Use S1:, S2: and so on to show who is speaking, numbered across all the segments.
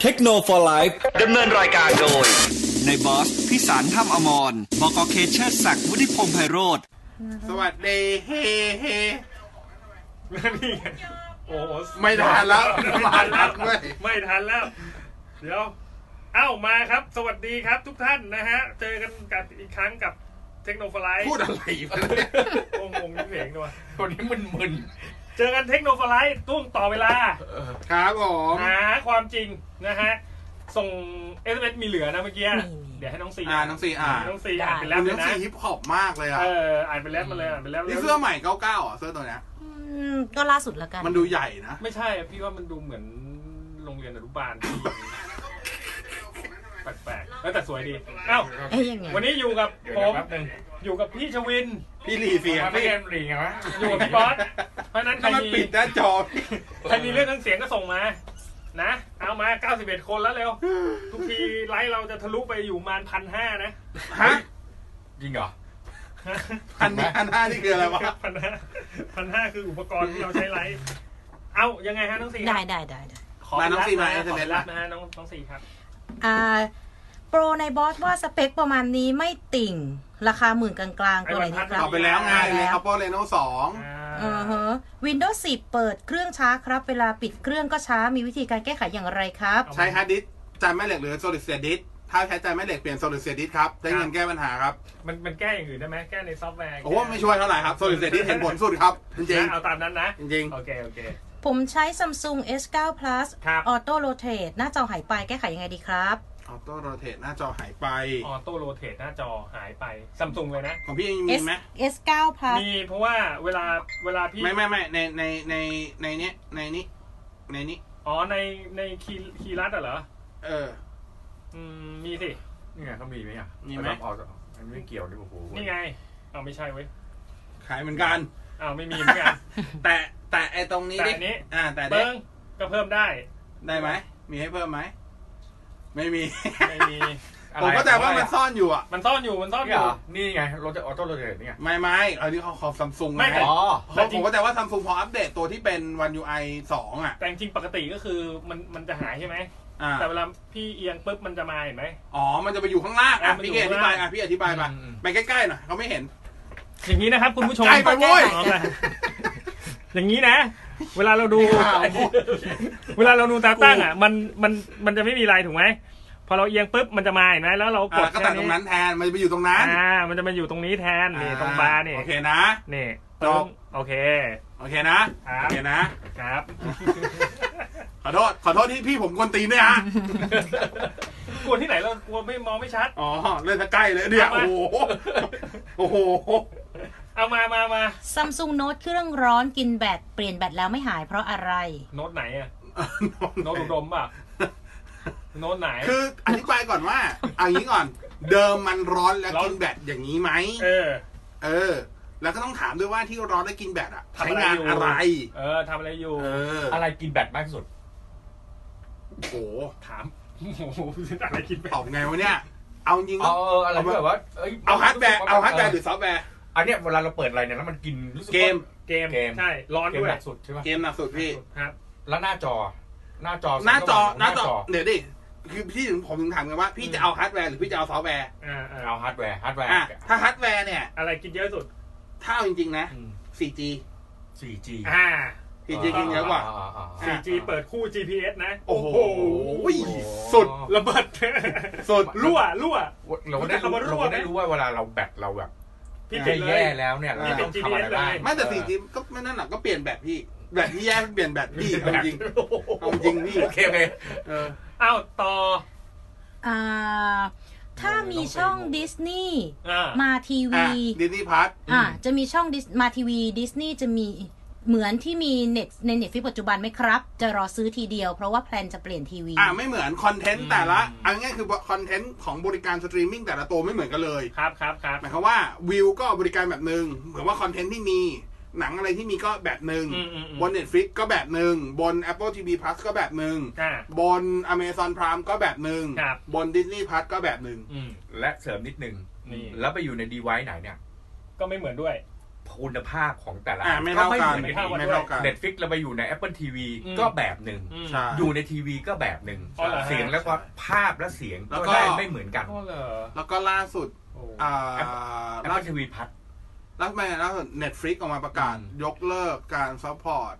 S1: เทคโนโลยีไลฟ์
S2: ดำเนินรายการโดย
S1: ในบอส พิสารถ้ำอมรบกเคเชอร์ศักดิ์วุฒิพงษ์ไพโรธ
S3: สวัสดีเฮเฮ
S4: นี่ไงโอ้โห
S3: ไม่ทันแล้ว
S4: ไม่ทันแล้ว
S3: เว้ย
S4: ไม่ทันแล้ว เดี๋ยว เอ้ามาครับ สวัสดีครับทุกท่านนะฮะ เจอกันกับอีกครั้งกับเทคโนโลยี
S3: พูดอะไรวะเนี่ย
S4: งงงๆนิดเองด้วย
S5: คนนี้มึน
S4: เจอกันเทคโนโลยีตุ้งต่อเวลา
S3: ครับผม
S4: หาความจริงนะฮะ ส่งเอสเมีเหลือนะเมื่อกี้ เดี๋ยวให้น้องซี
S3: อ่าน้องซีอ่า
S4: ให้น้องซีอ่านไป
S3: คุ
S4: แล้ว
S3: ณ
S4: เล
S3: น้อย ง
S4: นะ
S3: ซีฮิปฮอปมากเลยอ่ะ
S4: เอออ่านไปแล้วมาเลยอ่านไปแล้ว
S3: นี่เสื้อใหม่เก้าเก้าอ่ะเสื้อตัวเนี้ย
S6: อืมก็ล่าสุดแล้วกัน
S3: มันดูใหญ่นะ
S4: ไม่ใช่อะพี่ว่ามันดูเหมือนโรงเรียนอนุบาล ที่แปลกๆแล้วแต่สวยดีเอ้า
S6: เอ้ยยังไง
S4: วันนี้อยู่กับ
S5: ๆเดี๋ยวนะ
S4: ผม
S5: แป๊บนึง
S4: อยู่กับพี่ชวิน
S3: พี่หลีเสียง
S5: มันไม่
S3: พี่
S5: เอ็มรีไงวะ
S4: อยู่กับพี่บอสเพราะฉะนั้นใคร
S3: ถ้ามัน
S4: มี
S3: ปิดหน้าจอ
S4: ใครมีเรื่องทั้งเสียงก็ส่งมา นะ เอามา 91 คนแล้วเร็ว ทุกทีไลฟ์เราจะทะลุไปอยู่ประมาณพันห้านะ
S3: ฮะ
S5: จริงเหรอ
S3: อั นนี้อันหน้านี่คืออะไรวะ
S4: พันห้าพันห้าคืออุปกรณ์ที่เราใช้ไลฟ์เอายังไงฮะน้องสี
S6: ได้ได้ได้ได้
S4: ขอ
S3: มาน้องซีมา
S4: ข
S3: เอส
S4: อ
S3: เอ็มเอส
S4: ไปรั
S3: ละ
S4: บนะฮะน้องน้องสีครับ
S6: อ่าโปรในบอสว่าสเปคประมาณนี้ไม่ติ่ง ราคาหมื่นกลางๆตัวไหนดีค
S4: อ้
S6: รั
S3: ต
S4: วั
S3: อ
S6: บบ
S4: น
S3: ไป
S4: พัน
S3: แล้วไงเลยอัปเปอร์เรโน่สอง
S4: อ่า
S6: เออฮะ Windows 10 เปิดเครื่องช้าครับ เวลาปิดเครื่องก็ช้ามีวิธีการแก้ไขอย่างไรครับ
S3: ใช้ฮาร์ดดิสก์จานแม่เหล็กหรือโซลิดสเตตดิสถ้าใช้จานแม่เหล็กเปลี่ยนโซลิดสเตตดิสครับได้เงินแก้ปัญหาครับ
S4: มันมันแก้อย่างอื่นได้ไหมแก้ในซอฟต์แวร์
S3: โอ้โหไม่ช่วยเท่าไหร่ครับโซลิดสเตตดิสเห็นผลสุดครับจริง
S4: นะเอาตามนั้นนะ
S3: ๆจริง
S4: โอเคโอเค
S6: ผมใช้ Samsung S9 Plus
S4: ครับ
S6: Auto Rotate หน้าจอหายไปแก้ไขยังไงดีครับ
S3: ๆออโต้โรเตทหน้าจอหายไป
S4: ออโต้โรเตทหน้าจอหายไปซัมซุงเลยนะ
S3: ของพี่ยังมี
S6: S
S3: ไหม
S6: S9 Plus
S4: มีเพราะว่าเวลาเวลาพี่
S3: ไม่ไม่ไม่ในในในในเนี้ยในนี้ในนี้
S4: อ๋อในในคีย์คีย์รัดอะเหรอ
S3: เออ
S4: อืม มีสิ
S5: นี่ไงเขามีไหมอ่ะ
S3: มีไหม
S5: เอาออกจากมันไม่เกี่ยวนี่โอ้โห
S4: นี่ไง เอาไม่ใช่เว้ย
S3: ขายเหมือนกัน
S4: เอาไม่มีเหมือนกัน
S3: แต่แต่ไอตรงนี้
S4: แต่
S3: ดิ
S4: อันนี้
S3: อ่า แต่เด็ก
S4: เบิ้งก็เพิ่มได้
S3: ได้ไหมมีให้เพิ่มไหมไม่มี
S4: ไม่มี
S5: อะไร
S3: ผมก็แต่ว่ามันซ่อนอยู่อ่ะ
S4: มันซ่อนอยู่มันซ่อนอ
S5: นี่เหร
S4: ยู่
S5: อนี่ไงรถจะออโต้โรเตทนี่ไง
S3: ไม่ไม่อันนี้เขาของซัมซุง
S4: ไม่แต่
S5: อ๋อ
S3: เขาผมก็แต่ว่าซัมซุงพออัปเดตตัวที่เป็น One UI 2 อ่ะ
S4: แต่จริงๆปกติก็คือมันมันจะหายใช่ไหม
S3: อ่า
S4: แต่เวลาพี่เอียงปุ๊บมันจะมาเห็นไหม
S3: อ๋อ มันจะไปอยู่ข้างล่าง
S4: อ่ะ
S3: อ่ะ
S4: มันอยู่
S3: พี่เกอธิบายอ่ะพี่อธิบายมา
S4: อืมอืม
S3: ไปใกล้ๆหน่อยเขาไม่เห็น
S4: อย่างนี้นะครับคุณผู้ชม
S3: ใกล้ไปเว้ย
S4: เอาไป อย่างนี้นะ เวลาเราดู
S3: ข่าว
S4: เวลาเราดูตาตั้งอ่ะ มันมันมันจะไม่มีลายถูกไหม พอเราเอียงปุ๊บมันจะมาเห็นไหมแล้วเรากด
S3: อ่ะก็
S4: แค่
S3: ตัดตรงนั้นแทนมันจะไปอยู่ตรงนั้น
S4: อ่า มันจะมาอยู่ตรงนี้แทนนี่ตรงบาร์นี่
S3: โอเคนะ
S4: นี่
S3: จบ
S4: โอเค
S3: โอเคนะครับ โอเคนะ
S4: ครับ
S3: ขอโทษ ขอโทษที่พี่ผมกวนตีนด้วยฮะ
S4: กลัวที่ไหนเรากลัวไม่มองไม่ชัด
S3: อ๋อ เล่นซะใกล้เลยเนี่ย
S4: เอา
S3: โอ้
S4: มา
S3: โห โอ้โห
S4: เอามามามา
S6: Samsung Note เครื่องร้อนกินแบตเปลี่ยนแบตแล้วไม่หายเพราะอะไร
S4: โน้ตไหนอะโน้ตอุดมป่ะโน้ตไหน
S3: คืออธิบายก่อนว่าเอางี้ก่อน เดิมมันร้อนแล้ว
S4: ร้อน
S3: กินแบตอย่างนี้ไหม
S4: เออ
S3: เออ แล้วก็ต้องถามด้วยว่าที่ร้อนแล้วกินแบตอะ
S4: ทำ
S3: ใช้งาน
S4: ยู่
S3: อะไร
S4: เออทำอะไรอยู่
S3: เออ
S5: อะไรกินแบตมากที่สุด
S3: โอ้โห
S4: ถามโอ้โห อะไรกินไป
S3: ตอบไงวะเนี่ย เอาจริง
S5: เอ
S3: ก็
S5: ออะไรที่แบบว่าเอ้ย
S3: เอาฮาร์ดแวร์ เอาฮาร์ดแวร์หรือซอฟต์แวร์
S5: อันเนี้ยเวลาเราเปิดอะไรเนี่ยแล้วมันกินรู้สึกว่า
S3: เกม
S4: เกม
S5: เกม
S4: ใช่ ร้อน
S5: เกม
S4: ด้วย
S5: หนักสุดใช่ปะ
S3: เกมหนักสุดพี่
S4: ครับ
S5: แล้วหน้าจอ หน้าจอ
S3: หน้าจอ
S5: สม
S3: หน้าจอ เดี๋ยวดิ คือพี่ถึงผมถึงถามไงว่าพี่จะเอาฮาร์ดแวร์หรือพี่จะเอาซอฟต์แวร์
S4: อ่าอ่า
S5: เอาฮาร์ดแวร์ฮาร์ดแวร์
S3: อ่ะ ถ้าฮาร์ดแวร์เนี่ย
S4: อะไรกินเยอะสุด
S3: ถ้าเอาจริงๆนะ
S5: อืม
S3: 4G
S5: 4G
S4: อ่า
S3: 4G กินเยอะกว่า
S5: าอ่าอ่า
S4: 4G เปิดคู่ GPS นะ
S3: โอ้โห
S5: สุ
S3: สุด
S5: ด
S4: ระเบิด
S3: สุด
S4: รั่วรั่ว
S5: เราก็ได้รู้เราก็ได้รู้ว่าเวลาเราแบตเราแบบ
S4: พี่
S5: พี่
S4: ติ
S5: จะ
S4: ดเลย
S5: แย่แล้วเนี่ยเราต้องทำอะไรบ้าง
S3: ไม่แต่สี่จีก็ไม่นั่นหรอกก็เปลี่ยนแบตพี่ แบตที่แย่เปลี่ยนแบตพี่เอาจริง เอาจริงพี่
S5: โอเคโอเค
S3: เออ
S4: อ้าวต่อ
S6: อ่า ถ้ามีช่องดิสนีย์
S4: อ่า
S6: มาทีวี
S3: อ่ะดิสนีย์พาร์ท
S6: อ่าจะมีช่อง Dis- มาทีวีดิสนีย์จะมีเหมือนที่มีเน็ตในเน็ตฟิปัจจุบันไหมครับ จะรอซื้อทีเดียวเพราะว่าแพลนจะเปลี่ยนทีวี
S3: อ่ะไม่เหมือนคอนเทนต์แต่ละเอาง่ายๆคือคอนเทนต์ของบริการสตรีมมิ่งแต่ละตัวไม่เหมือนกันเลย
S4: ครับครับครับ
S3: หมายความว่าวิวก็บริการแบบหนึ่งเหมือนว่าคอนเทนต์ที่มี หนังอะไรที่มีก็แบบหนึ่ง
S4: อืมอืมอืม
S3: บน Netflix ก็แบบหนึ่งบน Apple TV Plus ก็แบบหนึ่ง
S4: อ่า
S3: บน Amazon Prime ก็แบบหนึ่ง
S4: ครับ
S3: บน Disney Plus ก็แบบหนึ่ง
S4: อืม
S5: และเสริมนิดนึง
S4: นี่
S5: แล้วไปอยู่ในดีไว c ์ไหนเนี่ย
S4: ก็ไม่เหมือนด้วย
S5: ผ คุณภาพของแต่ละ
S3: อ่าไม่เท่ากัน
S5: ก็ไม่
S3: ไม่
S5: เหมือนกัน
S3: เท่ากัน
S5: เน็ตฟิกเราไปอยู่ใน Apple TV
S4: อืม
S5: ก็แบบหนึ่ง
S4: อืม
S3: ใช่
S5: อยู่ในทีวีก็แบบหนึ่ง
S4: อ๋อเหรอฮะ
S5: เสียงและความภาพและเสียง
S3: แล้
S5: ก็
S3: วก็
S5: ได้ไม่เหมือนกัน
S4: อ๋อเหรอ
S3: แล้วก็ล่าสุด
S4: โอ้
S3: อ่า
S5: แอป
S3: ล่า
S5: เปิลทีวีพัด
S3: ล่าสุดไม่ล่าสุด Netflix ออกมาประกาศ
S5: อืม
S3: ยกเลิกการซัพพอร์ต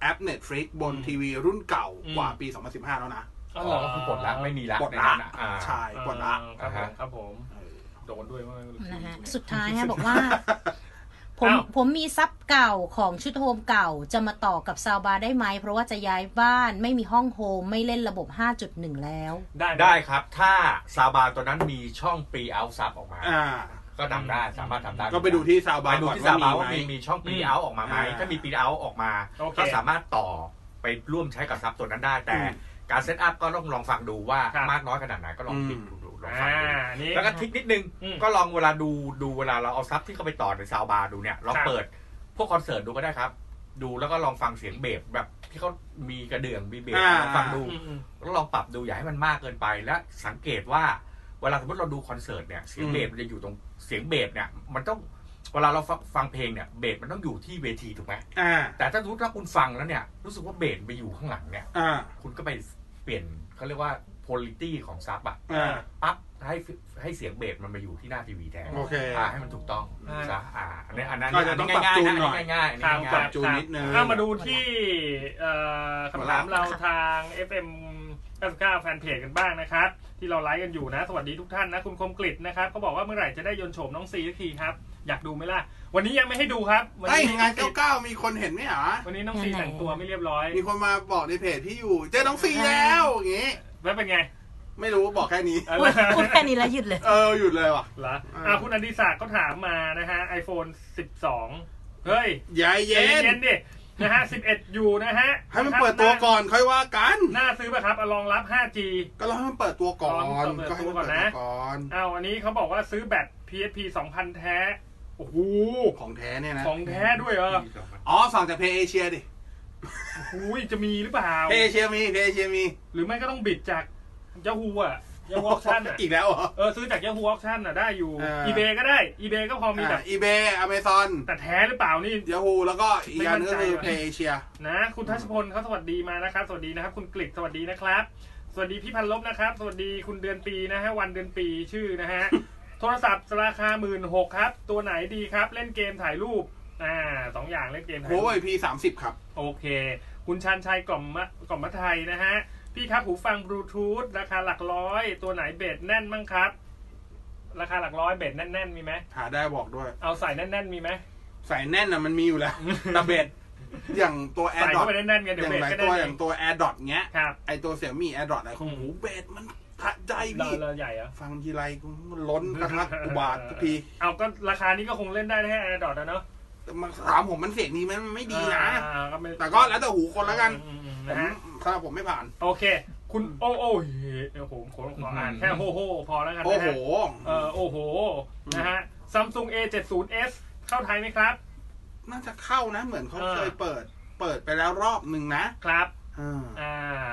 S3: แอป Netflix บนทีวีรุ่นเก่ากว่าปี 2015 แล้วนะ
S4: อ๋อเหรอ
S5: ก็คือปลดละไม่มีละ
S3: ปลด
S5: ใน
S3: ละ
S5: นั้นออ่า
S3: ใช่กดละ
S4: ครับผ
S5: อ่าม ฮะ
S4: ครับผม
S3: เออ
S4: โดนด้วยว่า
S6: นะฮะสุดท้ายฮะบอกว่า ผม
S4: อ้าว
S6: ผมมีซับเก่าของชุดโฮมเก่าจะมาต่อกับซาวบาร์ได้ไหม เพราะว่าจะย้ายบ้านไม่มีห้องโฮมไม่เล่นระบบ 5.1 แล้ว
S4: ได้หม
S5: ได้ครับ ถ้าซาบานตัวนั้นมีช่องปีเอาซับออกมา
S3: อ่า
S5: ก็ทำได้สามารถทำได้
S3: ก็ไปดูที่ซาวบา
S5: ไป
S3: ร์
S5: ดู
S3: ก่อน
S5: ที่ซาบา
S3: ว่ามี
S5: ว่า
S3: ไหม
S5: มีมีช่องปี
S4: อืม
S5: เอาออกมาไหม
S3: อ่า
S5: ถ้ามีปีเอาออกมา
S4: โอเค
S5: ก็สามารถต่อไปร่วมใช้กับซับตัวนั้นได้ แต่
S3: อืม
S5: การเซตอัพก็ต้องลองฟังดูว่า
S4: ครับ
S5: มากน้อยขนาดไหนก็ลองติด
S3: อืม
S5: ดูลองฟัง
S4: อ่า
S5: ดู
S4: นี่
S5: แล้วก็ทริกนิดนึง
S4: อืม
S5: ก็ลองเวลาดูดูเวลาเราเอาซับที่เขาไปต่อในซาวบาร์ดูเนี่ยลอง
S4: ครับ
S5: เปิด พวกคอนเสิร์ตดูก็ได้ครับ ดูแล้วก็ลองฟังเสียงเบสแบบที่เขามีกระเดื่องมีเบส
S3: อ่า
S5: ลองฟังดู
S4: อืมอืม
S5: แล้วลองปรับดูอย่าให้มันมากเกินไปและสังเกตว่า เวลาสมมติเราดูคอนเสิร์ตเนี่ยเสียงเบสมันจะอยู่ตรงเสียงเบสเนี่ย มันต้องเวลาเราฟังฟังเพลงเนี่ยเบสมันต้องอยู่ที่เวทีถูกไหม
S3: อ่า
S5: แต่ถ้าสมมติว่าคุณฟังแล้วเนี่ยรู้สึกว่าเบสไปอยู่ข้างหลังเนี่ย
S3: อ่า
S5: คุณก็ไปเปลี่ยนเขาเรียกว่า quality ของซับอะ
S3: อ่า
S5: ปั๊บให้ให้เสียงเบสมันมาอยู่ที่หน้าทีวีแทน
S3: โอเค
S5: อ่าให้มันถูกต้อง
S4: อ่า
S5: ซะอ่าอันนี้อันนั้น
S3: ก็จะต้อง
S5: ง่ายๆ
S3: ปรับจูนหน่อย
S5: ง่ายๆอันนี้
S4: ทาง
S5: ง่ายๆ
S4: ป
S5: ป
S4: รั
S5: รั
S4: บบ
S3: จูนนิดนึง
S4: อ่ะมาดูที่เอ่อคำถามเราทาง FM 99แฟนเพจกันบ้างนะครับ ที่เราไลฟ์กันอยู่นะ สวัสดีทุกท่านนะ คุณคมกริตนะครับเขาบอกว่าเมื่อไหร่จะได้ยนต์โฉมน้องซีสักทีครับ อยากดูไหมล่ะ วันนี้ยังไม่ให้ดูครับ วั
S3: ไอ้ย
S4: นี้
S3: งานเก้าเก้ามีคนเห็นไหมหรอ
S4: วันนี้น้องซีแต่งตัวไม่เรียบร้อย
S3: มีคนมาบอกในเพจพี่อยู่ เจอน้องซีแล้วอย่างงี้
S4: แล้วเป็นไง
S3: ไม่รู้บอกแค่นี้
S4: อะไร
S6: พูดพูดแค่นี้แล้วหยุดเลย
S3: เออ หยุดเลยว่ะ
S4: เหรออ่ะคุณอดิศักดิ์ก็ถามมานะฮะ iPhone 12 เฮ้ย
S3: ยาย
S4: ใจ
S3: เย็น
S4: เย็นดินะฮะ 11 อยู่นะฮะ
S3: ให้มันเปิดตัวก่อนค่อยว่ากัน
S4: น่าซื้อป่ะครับอ่ะรองรับ 5G
S3: ก็รอให้มันเปิดตัวก่อน ก็ให้มันเปิดตัวก่อน
S4: เอาอันนี้เขาบอกว่าซื้อแบต PSP 2,000 แท้ โอ้โห
S3: ของแท้เนี่ยนะ
S4: ของแท้ด้วยเหรอ
S3: อ๋อ สั่งจากเพจเอเชียดิ
S4: หูยจะมีหรือเปล่า
S3: เพจเอเชียมี เพจเอเชียมี
S4: หรือไม่ก็ต้องบิดจากยาฮูอ่ะยา ฮูออคชั่นอ่ะ
S3: อีกแล้วเหรอ
S4: เออ ซื้อจากยาฮูออคชั่นอ่ะ ได้อยู่
S3: เออ
S4: อีเบก็ได้ อีเบก็พอมีแบบ
S3: อีเบย์อเมซอน
S4: แต่แท้หรือเปล่านี่
S3: ยาฮูแล้วก็อีกอันนึงก็คือ
S4: ไม่มั่นใจว่ะ
S3: เพจเอเชีย
S4: นะ คุณทัชพลเขาสวัสดีมานะครับ สวัสดีนะครับ คุณกลิกสวัสดีนะครับ สวัสดีพี่พันลบนะครับ สวัสดีคุณเดือนปีนะฮะ วันเดือนปีชื่อนะ ฮะ โทรศัพท์ราคาหมื่นหกครับ ตัวไหนดีครับ เล่นเกมถ่ายรูป อ่าสองอย่างเล่นเกมถ่าย
S3: โอ้
S4: รูป
S3: ยพีสามสิบครับ
S4: โอเค คุณชันชัยกล่อมมะกล่อมมะไทยนะฮะ พี่ครับหูฟังบลูทูธราคาหลักร้อย ตัวไหนเบสแน่นมั่งครับ ราคาหลักร้อยเบสแน่นๆมีไหม
S3: หาได้บอกด้วย
S4: เอาใส่แน่นๆมีไหม
S3: ใส่แน่นอ่ะมันมีอยู่แล้วแต่เบสอย่างตัวแอ
S4: ใส่
S3: ร์ดอ
S4: เข้า
S3: ท
S4: ไปแน่นๆไง
S3: อ
S4: เดี๋ยว
S3: ย่างห
S4: เบส
S3: ลาย
S4: ก็
S3: ตั
S4: แน่
S3: วน อ
S4: เอย่าง ง
S3: ตัวแอร์ดอทเงี้ย
S4: ครับ
S3: ไอตัวเสี่ยมี่แอร์ดอทอะไรของหูเบสมันพระใจ
S4: เรา
S3: พี่
S4: เราใหญ่เหรอ
S3: ฟังทีไรกูล้นกระทักอุบาททุกที
S4: เอาก็ราคานี้ก็คงเล่นได้แค่แอร์ดอทนะเนาะ
S3: แต่มาถามผมมันเสียงดีไหมมันไม่ดีนะ
S4: อ่าไม่
S3: แต่ก็แล้วแต่หูคนแล้วกัน
S4: อืมๆ
S3: ผ
S4: นะ
S3: ม
S4: ฮะ
S3: สำหรับผมไม่ผ่าน
S4: โอเค คุณโอโอเฮ้โอ้โหขอขออ่านแค่โฮโฮพอแล้วกันนะฮะ
S3: โอ้โห
S4: เออโอ้โห นะฮะ Samsung A70s เข้าไทยไหมครับ
S3: น่าจะเข้านะ เหมือนเขา
S4: เออ
S3: เคยเปิด เปิดไปแล้วรอบหนึ่งนะครับ อ่า
S4: อ่า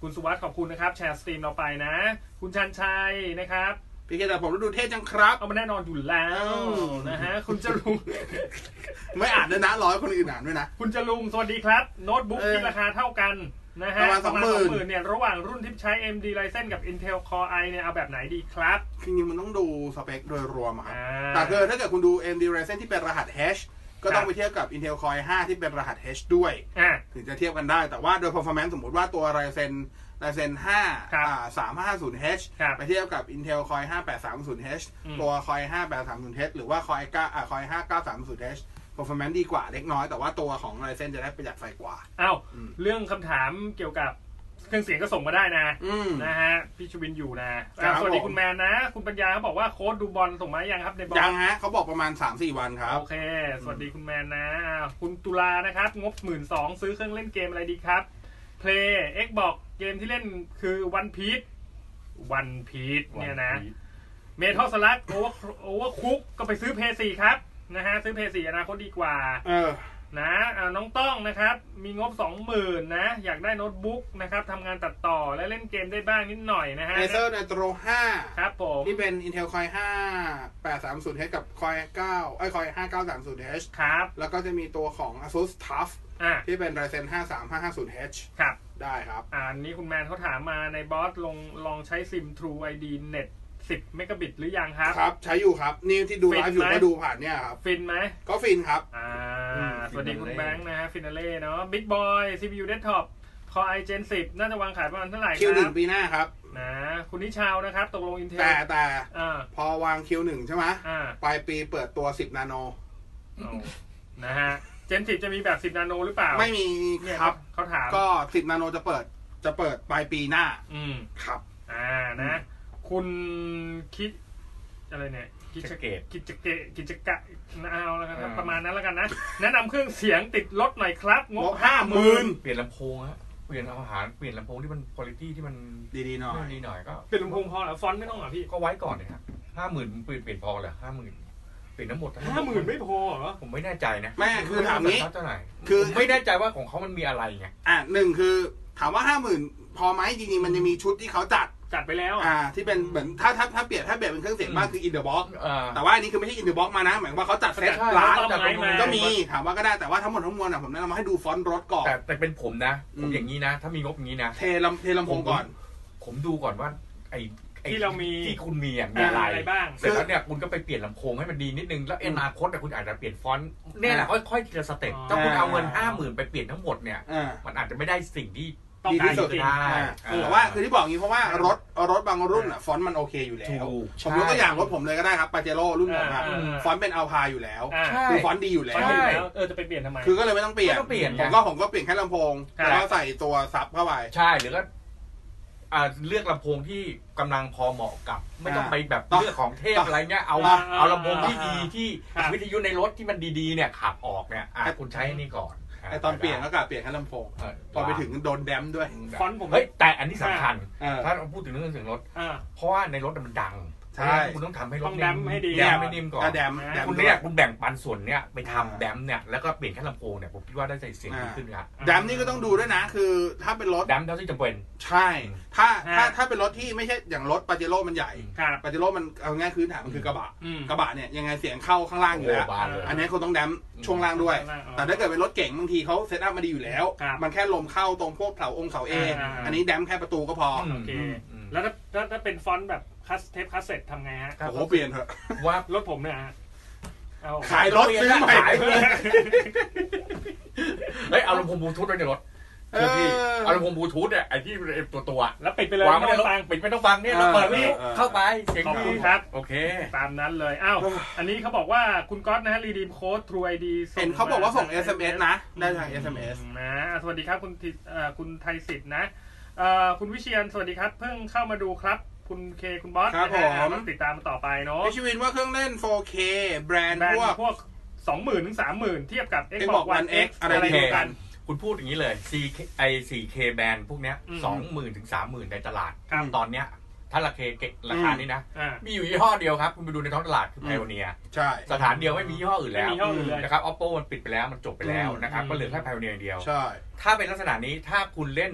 S4: คุณสุวัสด์ขอบคุณนะครับ แชร์สตรีมเราไปนะ คุณชันชัยนะครับ
S3: พี่เกดแต่ผมดูเท่จังครับ
S4: เอามาแน่นอนอยู่แล้ว
S3: อ้าว
S4: นะ ฮะ คุณจรุง
S3: ไม่อ่านด้วยนะร้อยคนอื่นอ่านด้วยนะ
S4: คุณจรุง สวัสดีครับ โน้ตบุ๊ก
S3: เออ
S4: ที่ราคาเท่ากันนะฮะ
S3: ประมาณ20,000
S4: 20,000เนี่ย ระหว่างรุ่นที่ใช้ AMD Ryzen กับ Intel Core i เนี่ย เอาแบบไหนดีครับ
S3: จริงๆมันต้องดูสเปคโดยรวมอะครับ
S4: อ่า
S3: แต่คือถ้าเกิดคุณดู AMD Ryzen ที่เป็นรหัส H ก็ต้องไปเทียบกับ Intel Core i 5ที่เป็นรหัส H ด้วย
S4: อ่ะ
S3: ถึงจะเทียบกันได้ แต่ว่าโดย performance สมมติว่าตัว Ryzen Ryzen 5
S4: ครับ
S3: อ่า 3550H
S4: ครับ
S3: ไปเทียบกับ Intel Core i 5830H
S4: อืม
S3: ตัว Core i 5830H หรือว่า Core i 9อ่า Core i 5930H performance ดีกว่าเล็กน้อย แต่ว่าตัวของ Ryzen จะได้ประหยัดไฟกว่า
S4: เอ้า
S3: อืม
S4: เรื่องคำถามเกี่ยวกับเครื่องเสียงก็ส่งมาได้นะ
S3: อืม
S4: นะฮะพี่ชวินอยู่นะครับ อ่าสวัสดี
S3: ผม
S4: คุณแมนนะ คุณปัญญาเขาบอกว่าโค้ดดูบอลส่งมายังครับในบอล
S3: ยังฮะเขาบอกประมาณ 3-4 วันครับ
S4: โอเค สวัสดีคุณแมนนะอ่าคุณตุลานะครับ งบหมื่นสองซื้อเครื่องเล่นเกมอะไรดีครับ Play Xbox เกมที่เล่นคือ One Piece One Piece เนี่ยนะ เมทัลสลัดโอเวอร์โอเวอร์คุกก็ไปซื้อเพย์สี่ครับ นะฮะ ซื้อเพย์สี่อนาคตดีกว่า
S3: เออ
S4: นะอ่าน้องต้องนะครับ มีงบ 20,000นะ อยากได้โน้ตบุ๊กนะครับทำงานตัดต่อและเล่นเกมได้บ้างนิดหน่อยนะฮะ
S3: a เซอร์ไนโตร5
S4: ครับผม
S3: นี่เป็น Intel Core 5 830 H กับ Core 9ไอ้ย Core 5 930 H
S4: ครับ
S3: แล้วก็จะมีตัวของ ASUS TUF
S4: อ่ะ
S3: ที่เป็น Ryzen 5 3550 H
S4: ครับ
S3: ได้ครับ
S4: อ่าอันนี้คุณแมนเขาถามมาในบอสลองลองใช้ซิม True ID เน็ต10เมกะบิตหรือยังครับ
S3: ครับ ใช้อยู่ครับ นี่ที่ดู
S4: ฟิ
S3: ไล
S4: น
S3: ฟ์อยู่
S4: ไหม
S3: ก็ดูผ่านเนี่ยครับ
S4: ฟินไหม
S3: ก็ฟินครับ
S4: อ่า
S5: อืม
S4: สวัสดี
S5: Finale
S4: คุณแบงค์นะฮะ ฟินาเล่เนาะบิ๊กบอย CPU Desktop คอ i Gen 10 น่าจะวางขายประมาณเท่าไหร่ค
S3: คิวหนึ่
S4: รั
S3: ง
S4: บ
S3: ปีหน้าครับ
S4: นะ คุณนิชาวนะครับ ตกลง Intel
S3: แต่แต่
S4: อ่า
S3: พอวางคิวหนึ่งใช่ไหม
S4: อ่า
S3: ปลายปีเปิดตัว 10 นาโน
S4: เอานะฮะ Gen 10 จะมีแบบ 10 นาโนหรือเปล่า
S3: ไม่มี
S4: เนี่ย
S3: ครับ
S4: เขาถาม
S3: ก็ 10 นาโนจะเปิด จะเปิดปลายปีหน้า
S4: อืม
S3: ครับ
S4: อ่านะ คุณคิดอะไรเนี่ยคิด
S5: กิจเกต
S4: กิจเกตกิจกะนะเอาแล้วกันครับ
S5: อ่า
S4: ประมาณนั้นแล้วกันนะ แนะนำเครื่องเสียงติดรถหน่อยครับ ง
S3: ง
S4: บบ ห้าหมื่น
S3: 50,000
S5: เปลี่ยนลำโพงฮะเปลี่ยนเอาอาหารเปลี่ยนลำโพงที่มันคุณภาพที่มัน
S3: ดีๆหน่อย
S5: ดีหน่อยก็
S4: เป็นลำโพงพอเหรอฟอนต์ไม่ต้องเหรอพี่
S5: ก็ไว้ก่อนเลยครับห้าหมื่นเปลี่ยนเปลี่ยนพอเหรอห้าหมื่นเปลี่ยนทั้งหมดทั้ง
S4: ห้าหมื่นไม่พอเหรอ
S5: ผมไม่แน่ใจนะ
S3: แม่คือถามงี้
S5: เท่าไหร่
S3: คือ
S5: ผมไม่แน่ใจว่าของเขามันมีอะไรไง
S3: อ่ะหนึ่งคือถามว่าห้าหมื่นพอไหมจริงๆมันจะมีชุดที่เขาจัด
S4: จัดไปแล้วอ่ะ
S3: อ่า ที่เป็นเหมือนถ้าถ้าถ้าเปลี่ยนถ้าเปลี่ยนเป็นเครื่องเสียงบ้างคืออินเดอะบ็อก
S5: เอ่อ
S3: แต่ว่าอันนี้คือไม่ใช่อินเดอะบ็อกมานะหมายความว่าเขาจัดเซต
S5: ใช่
S3: ร้าน
S4: ต้นไม้มา
S3: ก็มีถามว่าก็ได้แต่ว่าทั้งหมดทั้งมวลอ่ะผมแนะนำว่าให้ดูฟอนต์รถก่อน
S5: แต่แต่เป็นผมนะ ผ
S3: อื
S5: ม
S3: ม
S5: อย่างนี้นะ ถ้ามีงบอย่างนี้นะ
S3: เทลำเทลำโพงก่อน
S5: ผมดูก่อนว่า ไอ้ไอ้
S4: ที่เรามี
S5: ที่คุณมีอ่ะมี
S4: มี
S5: อะ
S4: อะไร ไรบ้าง
S5: เสร็จแล้วเนี่ยคุณก็ไปเปลี่ยนลำโพงให้มันดีนิดนึง แล้วอนาคตเนี่ยคุณอาจจะเปลี่ยนฟอนต์เนี่ยแหละค่อยๆทีละสเต็ป
S4: อ๋อ
S5: ถ้าคุณเอาเงินห้าหมื่นไปเปลี่ยนทั้งหมดเนี่ย
S3: อ่า
S5: มันอาจจะไม่ได้สิ่งที่
S4: ต้อง
S3: ดี
S4: การ
S3: ที่สุด
S4: จริง
S5: ได้
S4: เออ
S3: แต่ว่าคือที่บอกอย่างงี้เพราะว่ารถรถบางรุ่นอ่ะฟอนต์มันโอเคอยู่แล้
S5: ถู
S3: ว
S5: ก
S3: ผมยกตัวอย่างรถผมเลยก็ได้ครับปาเจโร่รุ่นผมอะ
S4: อ่าอ่า
S3: ฟอนต์เป็นอัลพาอยู่แล้ว
S4: ๆอ่า
S5: ใช่
S3: คือฟอนต์ดีอยู่แล้
S4: ฟอ
S3: ว
S4: นต์อยู่แล้วเออจะไปเปลี่ยนทำไม
S3: คือก็เลยไม่ต้องเปลี่ยน
S5: ไม่ต้องเปลี่ยน
S3: ผม
S5: ไง
S3: ก็ผมก็เปลี่ยนแค่ลำโพง
S4: ครับ
S3: แล้วก็ใส่ตัวซับเข้าไป
S5: ใช่หรือก็อ่าเลือกลำโพงที่กำลังพอเหมาะกับ ไม่ต้องไปแบบ
S3: ต่อ
S5: เลือกของเทพ
S3: ต่ออ
S5: อะไรเงี้ยเอา
S4: อ่า
S5: เอาลำโพงที่ดี
S4: อ่า
S5: ที่
S4: ครับ
S5: วิทยุในรถที่มันดีๆเนี่ยขับออกเนี่ยอ่ะ
S3: ไอ้
S5: คุณใช้อันนี่ก่อน
S3: ไอตอนเปลี่ยนก็กลับเปลี่ยนแค่ลำโพง
S5: เ
S3: พอไปถึงโดนแดมด้วย
S4: ฟอนต์ผม
S5: เฮ้ยแต่อันนี้สำคัญ
S3: เออ
S5: ถ้าเราพูดถึงเรื่องเสียงรถ
S4: อ่า
S5: เพราะว่าในรถน่ะมันดัง
S3: ใช่
S5: คุณต้องทำให้รถ
S4: ต้องแดมให้ดี
S5: แดมให้นิ่มก่อน
S3: อ่ะแดมแดม
S5: คุณ
S3: ด้ว
S5: เนี่ย
S3: ย
S5: คุณแบ่งปันส่วนเนี่ยไปทำ
S3: อ่า
S5: แดมเนี่ยแล้วก็เปลี่ยนแค่ลำโพงเนี่ยผมคิดว่าได้ใจเสียงดีขึ้นครับ
S3: แดมนี่ก็ต้องดูด้วยนะ คือถ้าเป็นรถ
S5: แดมเท่าที่จำเป็น
S3: ใช่ ถ้า
S4: อ่า
S3: ถ้าถ้าเป็นรถที่ไม่ใช่อย่างรถปาเจโร่มันใหญ่
S4: ครับ
S3: ปาเจโร่มันเอาง่ายคือถามมันคือกระบะ
S4: อืม
S3: กระบะเนี่ยยังไงเสียงเข้าข้างล่างอยู่แล้ว
S5: โอ้บานเลย
S3: อันนี้คุณต้องแดมช่วงล่างด้วย แต่ถ้าเกิดเป็นรถเก๋งบางทีเขาเซตอัพมาดีอยู่แล้ว
S4: ครับ
S3: มันแค่ลมเข้าตรงพวกเสาองค์เสาเอ
S4: อ่า
S3: อันนี้แดมแค่ประตูก็พออ
S5: ม
S4: โอเค
S5: อืม
S4: แล้วถ้าถ้าถ้าเป็นฟอนต์แบบคัสเทปคัสเซ็ตทำไงฮะ
S5: ครับ
S3: โอ้โหเปลี่ยนเถอะ
S5: ว่า
S4: รถผมเนี่ยฮะเอา
S3: ขายรถซื้อใหม่
S5: ขายเลย เฮ้ยเอาลำโพงบลูทูธไว้ในรถ
S3: เอ
S5: คือพี่
S3: อ
S5: เอาลำโพงบลูทูธเนี่ยไอ้ที่เป็นไอ้ตัวตัวๆอะ
S4: แล้วปิดไปเลยว
S5: างไม่
S4: ไม่
S5: ได้
S4: ต้อง
S5: ฟั
S4: ฟั
S5: ง
S4: ง
S5: ปิดไม่ต้องฟังเนี่ยเราเปิดนี่
S3: เออ
S5: เข้าไปเสียง
S4: ขอบ
S5: ดี
S4: คุณครับ
S5: โอเค
S4: ตามนั้นเลย อ้าว อันนี้เขาบอกว่าคุณก๊อตนะฮะ รีดีมโค้ด True ID
S3: เห็นเขาบอกว่าส่ง
S4: ม
S3: SMS นะ ได้ทาง SMS
S4: นะ สวัสดีครับคุณทิเอ่อคุณไทยสิทธิ์นะเอ่อคุณวิเชียน สวัสดีครับ เพิ่งเข้ามาดูครับ คุณเค คุณบอส
S3: ครับ
S4: นะฮะ
S3: ผม
S4: ต้องติดตามมาต่อไปเนาะ
S3: พี่ชีวินว่าเครื่องเล่น 4K แบรนด์
S4: แบรน
S3: พวก
S4: ด์พวกสองหมื่นถึงสามหมื่นเทียบกับ Xbox
S3: Xbox
S4: One
S3: One
S4: X
S3: X
S4: อะไร
S3: อะไร
S4: เดียวกัน
S5: คุณพูดอย่างนี้เลย CK ไอ 4K แบรนด์พวกเนี้ย
S4: อืม
S5: สองหมื่นถึงสามหมื่นในตลาด
S4: ครับ
S5: ตอนเนี้ย ถ้าราคาเกราคานี้นะ
S4: อ่า
S5: มีอยู่ยี่ห้อเดียวครับ คุณไปดูในท้องตลาดคือไพโอเนีย
S3: ใช่
S5: สถานเดียวไม่มียี่ห้ออื่นแล้ว
S4: ไม่มียี่ห้ออื่นเลย
S5: นะครับ Oppo มันปิดไปแล้วมันจบไปแล้วนะครับ
S4: อืม
S5: ก็เหลือแค่ไพโอเนียอย่างเดียว
S3: ใช่
S5: ถ้าเป็นลักษณะนี้ถ้าคุณเล่น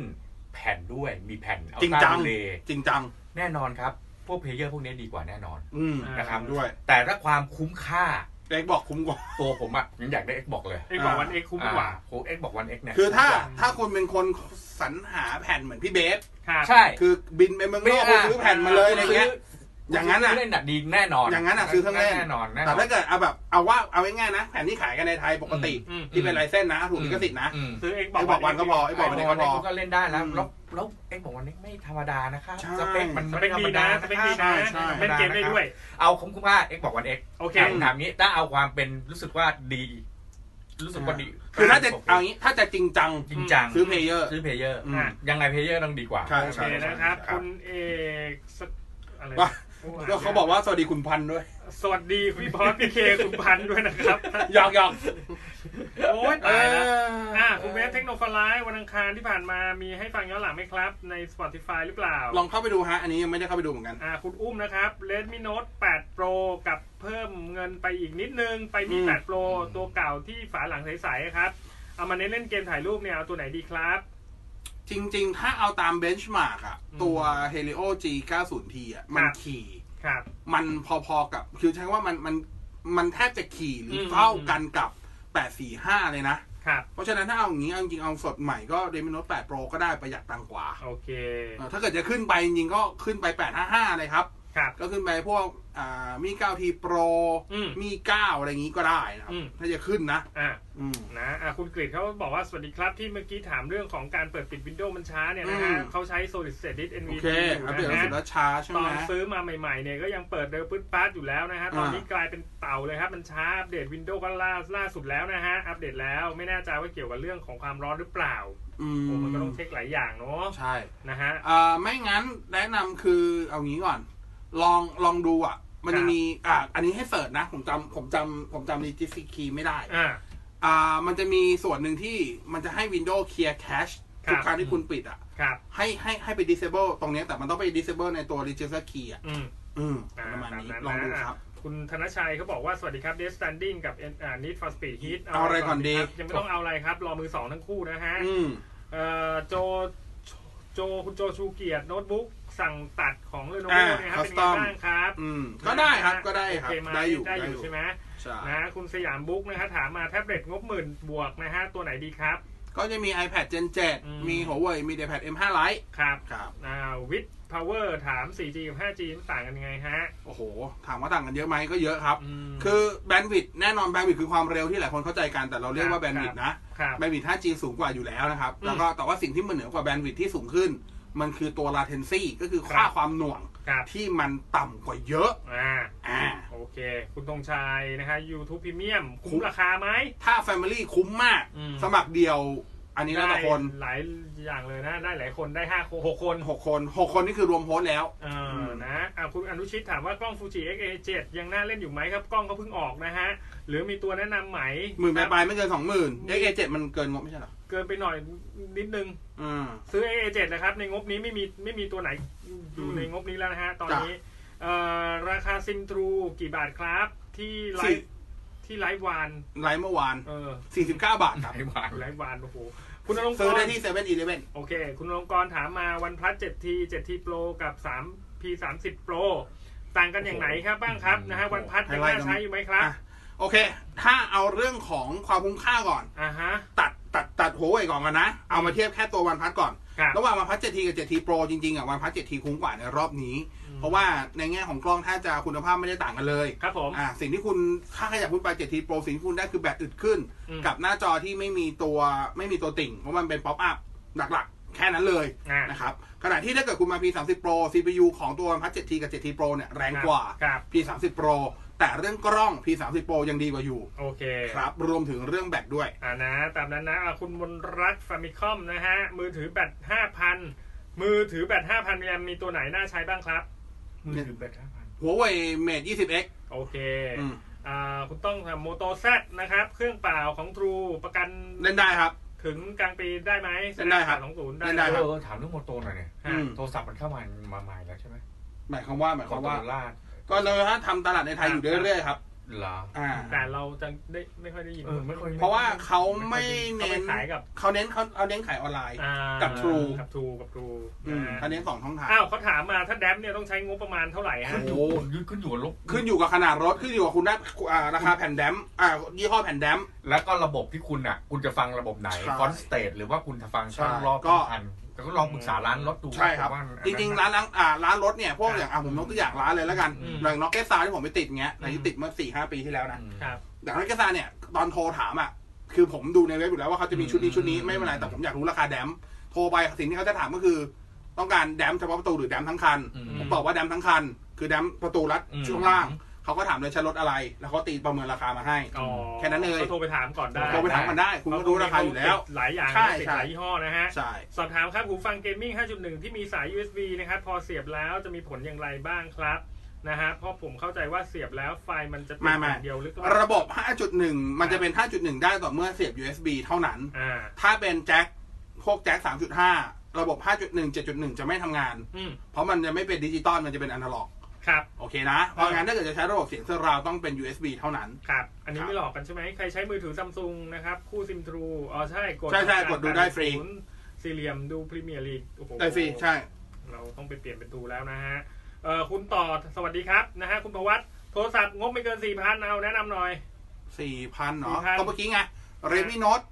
S5: แผ่นด้วยมีแผ่นเอา
S3: จริง
S5: ตา
S3: จัง
S5: ดูเล
S3: จริงจัง
S5: แน่นอนครับ พวกเพลเยอร์พวกนี้ดีกว่าแน่นอน
S3: อืม
S5: นะครับ
S3: ด้วย
S5: แต่ถ้าความคุ้มค่า
S3: เอ็กบอกคุ้มกว่า
S5: ตัวผมอะผมอยากได้ X บอกเลย
S4: Xbox One X คุ้มกว่า
S5: โค้เอ็กบอกวันเอ็กเนี่ย
S3: คือถ้าถ้าคุณเป็นคนสรรหาแผ่นเหมือนพี่เบส
S4: ครับ
S5: ใช่
S3: คือบินไปเมืองนอกไปซื้อแผ่นมาเลยอะไรเงี้ย อย่างนั้นอะ
S5: เล่นดัดดีแน่นอน
S3: อย่างนั้นอะซื้อเครื่องเล่น
S5: แน่นอนแน่น
S3: แต่
S5: อน
S3: ถ้าเกิดเอาแบบเอาว่าเอาง่ายๆนะ แผ่นที่ขายกันในไทยปกติ
S4: อืม
S3: ที่เป็นลายเส้นนะ ถูกลิขสิทธิ์นะ
S5: อืม
S4: ซื้อ Xbox
S3: ไอ้บอกวันก็พอไอ้
S5: ไอ้
S3: บบ อ
S5: อก ก
S3: วั
S5: วันน
S3: นี้
S5: เอ็
S3: ก็พอ
S5: กก็เล่นได้แล้ว
S3: อืม
S5: แล้วแล้วเอ็กบอกวันเอ็กไม่ธรรมดานะครับ
S3: ใช่
S5: สเปคมัน
S4: สเป
S5: ไม่
S4: ค
S5: ธร
S4: ดี
S5: รมดา
S4: นะสเปคดีนะ
S3: ใช่
S4: เล่นเกมได้ด้วย
S5: เอาคุ้มค่าเอ็กบอกวันเอ็ก
S4: โอเค
S5: ถามนี้ถ้าเอาความเป็นรู้สึกว่าดี รู้สึกว่าดี
S3: คือถ้าจะเอางี้ถ้าจะจริงจัง
S5: จริงจัง
S3: ซื้อเพลเยอร์
S5: ซื้อเพลเยอร์
S3: อืม
S5: ยังไงเพลเยอร์ต้องดีกว่า
S3: ใช่
S4: โอ
S3: ใช่
S4: เคนะครับ
S3: ใช่
S4: คุณเอกสกอะไร
S3: ว่า แล้วเขาบอกว่าสวัสดีคุณพันธุ์ด้วย
S4: สวัสดีพี่บอสพี่เคคุณพันธุ์ด้วยนะครับ
S3: หยอกหยอก
S4: โอ้ยตายแล้ว
S3: เ
S4: อ่าคุณเวฟเทคโนโลยีวันอังคารที่ผ่านมามีให้ฟังย้อนหลังไหมครับ ใน Spotify หรือเปล่า
S3: ลองเข้าไปดูฮะ อันนี้ยังไม่ได้เข้าไปดูเหมือนกัน
S4: อ่าคุณอุ้มนะครับ Redmi Note 8 Pro กับเพิ่มเงินไปอีกนิดนึง ไปมี
S3: อืม
S4: 8 Pro ตัวเก่าที่ฝาหลังใสๆครับ เอามาเน้นเล่นเกมถ่ายรูปเนี่ย เอาตัวไหนดีครับ
S3: จริง ๆ ถ้าเอาตามเบนช์มาร์กอะ
S4: อืม
S3: ตัว Helio G90T อะมัน
S4: ครับ
S3: ขี่
S4: ครับ
S3: มันพอๆกับ คือใช้ว่ามันมันมันแทบจะขี่หรืออ
S4: ม
S3: เท่ากันกับ 845 เลยนะ
S4: ครับ
S3: เพราะฉะนั้นถ้าเอาอย่างนี้เอาจริงๆเอาสดใหม่ก็ Redmi Note 8 Pro ก็ได้ประหยัดตังค์กว่า
S4: โอเค
S3: เออถ้าเกิดจะขึ้นไปจริงๆก็ขึ้นไป 855 เลยครับ
S4: ครับ
S3: ก็ขึ้นไปพวกอ่ามี 9T Pro
S4: อืม
S3: มี 9 อะไรอย่างนี้ก็ได้นะครับ
S4: อืม
S3: ถ้าจะขึ้นนะ
S4: อ่า
S3: อืม
S4: นะอ่ะคุณกริดเขาบอกว่า สวัสดีครับที่เมื่อกี้ถามเรื่องของการเปิดปิดวินโดว์มันช้าเนี่ยนะ
S3: อื
S4: ฮะ
S3: ม
S4: เขาใช้ Solid State Disk
S3: โอ
S4: NVMe
S3: เค
S4: อยู่
S3: อัปเดต
S4: นะ
S3: ล่า
S4: ฮะ
S3: สุดแล้วช้าใช่
S4: ต
S3: ไห
S4: อ
S3: ม
S4: นซื้อมาใหม่ ๆ เนี่ยก็ยังเปิดเดินปื๊ดปาร์ดอยู่แล้วนะฮะ ตอนนี้กลายเป็นเต่าเลยครับ มันช้าอัปเดตวินโดว์ก็ล่าล่าสุดแล้วนะฮะ อัปเดตแล้วไม่แน่ใจว่าเกี่ยวกับเรื่องของความร้อนหรือเปล่า
S3: อื
S4: โอ้มันก็ต้องเช็คหลายอย่างเนาะ
S3: ใช่
S4: นะฮะ
S3: อ่าไม่งั้นแนะนำคือเอางี้ก่อน ลองลองดูอ่ะ มัน
S4: ครั
S3: จะ
S4: บ
S3: มีอ่าอันนี้ให้เสิร์ชนะ ผมจำผมจำผมจำรีจิสคีไม่ได้
S4: อ่า
S3: อ่ามันจะมีส่วนหนึ่งที่มันจะให้ Windows Clear Cache
S4: ครับ
S3: ทุกครั้งที่คุณปิดอ่ะ
S4: ครับ
S3: ให้ให้ให้ไป disable ตรงเนี้ยแต่มันต้องไป disable ในตัว register key อ่ะ
S4: อืม
S3: อืม
S4: อ่า
S3: ประมาณนี้
S4: ตามนั้น
S3: ลองดู
S4: นะ
S3: ครับ
S4: คุณธนชัยเขาบอกว่า สวัสดีครับ Death Standing กับอ่า Need for Speed Heat
S3: เอาอะไรก่อนดี
S4: ครับยังไม่ต้องเอาอะไรครับ รอมือสองทั้งคู่นะฮะ
S3: อืม
S4: เอ่อโจโจโจคุณโจชูเกียรติโน้ตบุ๊กสั่งตัดของเรโนโว
S3: อ่า
S4: นะครับเป็น
S3: custom
S4: ไงบ้างครับ
S3: อืมก็ได้ครับก็ได้ครับ
S4: โอเ
S3: ได้อยู่
S4: ได้
S3: ได้
S4: อ
S3: อยู่
S4: ยู่ใช่ไหม
S3: ใช่
S4: นะคุณสยามบุ๊กนะฮะถามมาแท็บเล็ตงบหมื่นบวกนะฮะตัวไหนดีครับ
S3: ก็จะมี iPad Gen
S4: อืม
S3: 7 มี Huawei มี iPad M5 Lite
S4: ครับ
S3: ครับ
S4: อ่าวิดพาวเวอร์ถาม 4G กับ 5G มันต่างกันยังไงฮะ
S3: โอ้โห ถามว่าต่างกันเยอะไหมก็เยอะครับ
S4: อืม
S3: คือแบนด์วิดต์แน่นอนแบนด์วิดต์คือความเร็วที่หลายคนเข้าใจกันแต่เราเรียกว่า
S4: ครั
S3: แบ
S4: บ
S3: น
S4: บ
S3: ด์วิดต์นะครับ แบนด์วิดต์ 5G สูงกว่าอยู่แล้วนะครับ
S4: อืม
S3: แล้วก็แต่ว่าสิ่งที่มันเหนือกว่าแบนด์วิดต์ที่สูงขึ้น มันคือตัว latency ก็คือค่า
S4: ครับ
S3: ความหน่วง
S4: ครับ
S3: ที่มันต่ำกว่าเยอะ
S4: อ่า
S3: อ่า
S4: โอเค คุณธงชัยนะฮะ YouTube Premium คุ้มราคาไหม
S3: ถ้า Family คุ้มมาก
S4: อืม
S3: สมัครเดียว อันนี้แล้วแต่คน
S4: ได้หลายอย่างเลยนะ ได้หลายคนได้ห้าคนหกคน
S3: หกคนหกคนนี่คือรวมโฮสต์แล้ว
S4: เออ
S3: ม
S4: นะอ่ะคุณอนุชิตถามว่ากล้องฟูจิ XA7 ยังน่าเล่นอยู่ไหมครับ กล้องก็เพิ่งออกนะฮะ หรือมีตัวแนะนำไหม
S3: หมื่นป
S4: ครับ
S3: ลายๆไม่เกินสองหมื่นเอเจ็ดมันเกินงบไม่ใช่เหรอ
S4: เกินไปหน่อยนิดนึง
S3: อืม
S4: ซื้อ XA7 นะครับ ในงบนี้ไม่มีไม่มีตัวไหนอยู่
S3: อืม
S4: ในงบนี้แล้วนะฮะ ตอน
S3: จ้ะ
S4: นี้เอ่อราคาซิมทรูกี่บาทครับ ที่ไล
S3: สี่
S4: ฟ์ที่ไลฟ์วาน
S3: ไลฟ์เมื่อวาน
S4: เออ
S3: สี่สิบเก้าบาทครับ
S5: ไอ้หวาน
S4: ไลฟ์วานโอ้โหคุณอลงก
S3: ซื้อ
S4: ร
S3: ได้
S4: ณ์
S3: ที่เซเว่นอีเลเว่น
S4: โอเค คุณอลงกรณ์ถามมาวันพลัส 7T 7T Pro กับ 3P 30 Pro ต่างกันอย่างไหนครับบ้างครับนะฮะวันพลัสยังน่าใช้อยู่ไหมครับ
S3: อ่ะ โอเค ถ้าเอาเรื่องของความคุ้มค่าก่อน
S4: อ่าฮะ
S3: ตัดตัดตัดหัวไว้ก่อนกันนะ เอามาเทียบแค่ตัววันพัทก่อน
S4: ครับ
S3: ระหว่างวันพัท 7T กับ 7T Pro จริงๆอ่ะวันพัท 7T คุ้มกว่าในรอบนี้ เพราะว่าในแง่ของกล้องถ้าจะคุณภาพไม่ได้ต่างกันเลย
S4: ครับผม
S3: อ่าสิ่งที่คุณถ้าขยับคุณไป 7T Pro สิ่งที่คุณได้คือแบตอึดขึ้น
S4: อืม
S3: กับหน้าจอที่ไม่มีตัวไม่มีตัวติ่ง เพราะมันเป็นป๊อปอัพหลักๆ แค่นั้นเลย
S4: อ่า
S3: นะครับขณะที่ถ้าเกิดคุณมา P30 Pro CPU ของตัว OnePlus 7T กับ 7T Pro เนี่ยแรงกว่า
S4: ครับ
S3: P30 Pro แต่เรื่องกล้อง P30 Pro ยังดีกว่าอยู่
S4: โอเค
S3: ครับ รวมถึงเรื่องแบตด้วย
S4: อ่านะ ตามนั้นนะอ่ะคุณมนรัตน์ฟามิคอมนะฮะ มือถือแบต5,000 มือถือแบต5,000มิลลิแอมมีตัวไหนน่าใช้บ้างครับ
S5: มือถือแบตห้าพัน
S3: Huawei Mate 20X
S4: โอเค
S3: อืม
S4: อ่า คุณต้องทำโมโตแซดนะครับ เครื่องเปล่าของทรูประกัน
S3: เล่นได้ครับ
S4: ถึงกลางปีได้ไหม
S3: เล่นได้ครับ
S4: ของศูนย์
S3: เล่นได้
S5: เอ
S4: ครับ
S5: อถามเรื่องโมโตหน่อยเนี่ย
S3: อืม
S5: โทรศัพท์มันเข้ามามาใหม่แล้วใช่ไหม
S3: หมายความว่าหมายค
S5: ขอ
S3: วาง ม
S5: โตโย
S3: ว่า
S5: ต้า
S3: ก็เราถ้าทำตลาดในไทยอยู่เรื่อยๆครับ
S5: เหรอ
S3: อ่า
S4: แต่เราจะได้ไม่ค่อยได้ยิน
S5: เออไม่ค่อย
S3: เพราะว่าเขาไม่
S4: เน้
S3: เน้
S4: น
S3: น
S4: ขายกับ
S3: เขาเน้นเขาเขาเน้นขายออนไลน์
S4: อ่า
S3: กับ True
S4: กับทรูกับทรู
S3: อืม
S4: นะ
S3: เขาเน้นสองช่องทาง
S4: อ้าวเขาถามมาถ้าแดมเนี่ยต้องใช้งบประมาณเท่าไหร่ฮะ
S5: ขึ้นอยู่
S3: โอ้
S5: ยึดขึ้นอยู่กับลบ
S3: ขึ้นอยู่กับขนาดรถขึ้นอยู่กับคุณได้อ่าราคาแผ่นแดมป์อ่ายี่ห้อแผ่นแดมป์
S5: แล้วก็ระบบที่คุณอ่ะ คุณจะฟังระบบไหน
S3: ใช่
S5: คอนสเตทหรือว่าคุณจะฟังช่าง
S3: ใช่
S5: รอบ
S3: ก็
S5: ที่ทันแต่ก็ลองปรึกษาร้านรถดู
S3: ใช่ครับ
S5: ว่าอันนั้น
S3: จริงๆ ร้านล้างอ่าร้านรถเนี่ย พวกอย่างอ่ะผมยกตัวอย่างร้านเลยแล้วกัน
S4: อืม
S3: อย่างน็อกเก็ตซาที่ผมไปติดเงี้ยอันนี้ติดเมื่อสี่ห้าปีที่แล้ว
S5: อื
S3: นะ
S5: ม
S4: ครับ
S3: แต่น็อกเก็ตซาเนี่ย ตอนโทรถามอ่ะ คือผมดูในเว็บอยู่แล้วว่าเขาจะมีชุดนี้ชุดนี้
S5: อืม
S3: ไม่เป็นไร แต่ผมอยากรู้ราคาแดมป์โทรไปสิ่งที่เขาจะถามก็คือ ต้องการแดมป์เฉพาะประตูหรือแดมป์ทั้งคัน
S5: อืม
S3: ผมบอกว่าแดมป์ทั้งคัน คือแดมป์ประตูรัด
S5: อืม
S3: ช่วงล่าง เขาก็ถามเลยใช้รถอะไร แล้วเขาตีประเมินราคามาให้
S4: อ๋อ
S3: แค่นั้นเลย
S4: ก็โทรไปถามก่อนได้
S3: โทรไปถามกันได้ คุณก็รู้ราคาอยู่แล้ว
S4: หลายอย่าง
S3: ใช่
S4: ติด
S3: ใช่
S4: หลายยี่ห้อนะฮะ
S3: ใช่
S4: สอบถามครับหูฟังเกมมิ่ง 5.1 ที่มีสาย USB นะครับ พอเสียบแล้วจะมีผลอย่างไรบ้างครับ นะฮะเพราะผมเข้าใจว่าเสียบแล้วไฟล์มันจะติด
S3: ไม่ไม่
S4: อย่างเดียวหรือเปล่า
S3: ระบบ 5.1 มันจะเป็น 5.1 ได้ต่อเมื่อเสียบ USB เท่านั้น
S4: อ่า
S3: ถ้าเป็นแจ็คพวกแจ็ค3.5 ระบบ 5.1 7.1 จะไม่ทำงาน
S4: อืม
S3: เพราะมันจะไม่เป็นดิจิตอลมันจะเป็นอนาล็อก
S4: ครับ
S3: โอเคนะ เพราะงั้นถ้าเกิดจะใช้ระบบเสียงเซอร์ราวต้องเป็น USB เท่านั้น
S4: ครับ อันนี้
S3: ครับ
S4: ไม่หลอกกันใช่ไหม ใครใช้มือถือซัมซุงนะครับ คู่ซิมทรู อ๋อใช่ กด
S3: ใช่ใช่กดดูได้ฟรี
S4: 80สี่เหลี่ยมดูพรีเมียร์ลีกโอ้โห
S3: ได้ฟรีใช่
S4: เราต้องไปเปลี่ยนเป็นทูแล้วนะฮะเอ่อคุณต่อสวัสดีครับนะฮะคุณประวัติโทรศัพท์งบไม่เกิน 4,000 เอาแนะนำหน่อย
S3: 4,000เนาะ
S4: 4,000
S3: ก็เมื่อกี้ไง Redmi Note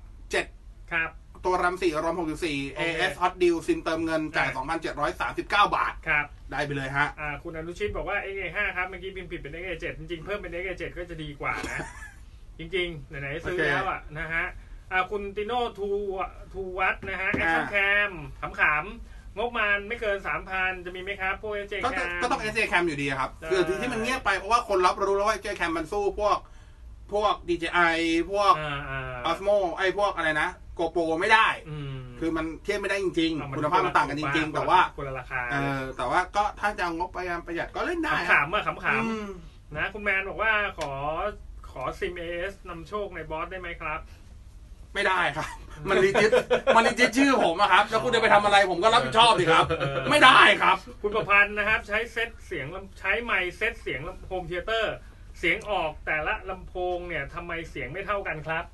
S3: 7
S4: ครับ
S3: ตัวรัม4รอม64
S4: โอเค
S3: AS Hot Deal ซิมเติมเงินจ่าย 2,739 บาท
S4: ครับ
S3: ได้ไปเลยฮะ
S4: อ่าคุณอนุชิตบอกว่า XA5 ครับ เมื่อกี้พิมพ์ผิดเป็น XA7 จริงๆ เพิ่มเป็น XA7 ก็จะดีกว่านะ จริงๆ ไหนๆ ซื้
S3: โอ
S4: อ
S3: เค
S4: แล้วอ่ะนะฮะอ่าคุณติโน่ทูทูวัตนะฮะแอค
S3: อ่า
S4: ชั่นแคมขำๆงบมันไม่เกิน 3,000 จะมีไหมครับพวก XA
S3: ก็
S4: แค
S3: จะ
S4: ม
S3: ก็ต้อง SA Cam อยู่ดีครับ
S4: ใช่
S3: คือที่ที่มันเงียบไปเพราะว่าคนรับรู้แล้วว่า SA Cam มันสู้พวก พวก DJI พวก
S4: อ่าอ่า
S3: Osmo ไอ้พวกอะไรนะ GoPro ไม่ได้
S4: อืม
S3: คือมันเทียบไม่ได้จริง
S4: เอ
S3: ๆ คุณภาพมันต่างกันจริง ๆ แต่ว่า
S4: คนละราคา
S3: เออแต่ว่าก็ถ้าจะเอางบประหยัดประหยัดก็เล่นได้
S4: ขำๆอ่ะข
S3: อื
S4: ำ
S3: ม
S4: ๆนะคุณแมนบอกว่าขอขอซิม AS นำโชคในบอสได้ไหมครับ
S3: ไม่ได้ครับ มันรีจิตมันรีจิตชื่อผมอะครับแล้วคุณจะไปทำอะไรผมก็รับผิดชอบสิครับ ไม่ได้ครับ
S4: คุณประพันธ์นะครับ ใช้เซตเสียงลำใช้ไมค์เซตเสียงลำโฮมเทเตอร์ เสียงออกแต่ละลำโพงเนี่ยทำไมเสียงไม่เท่ากันครับ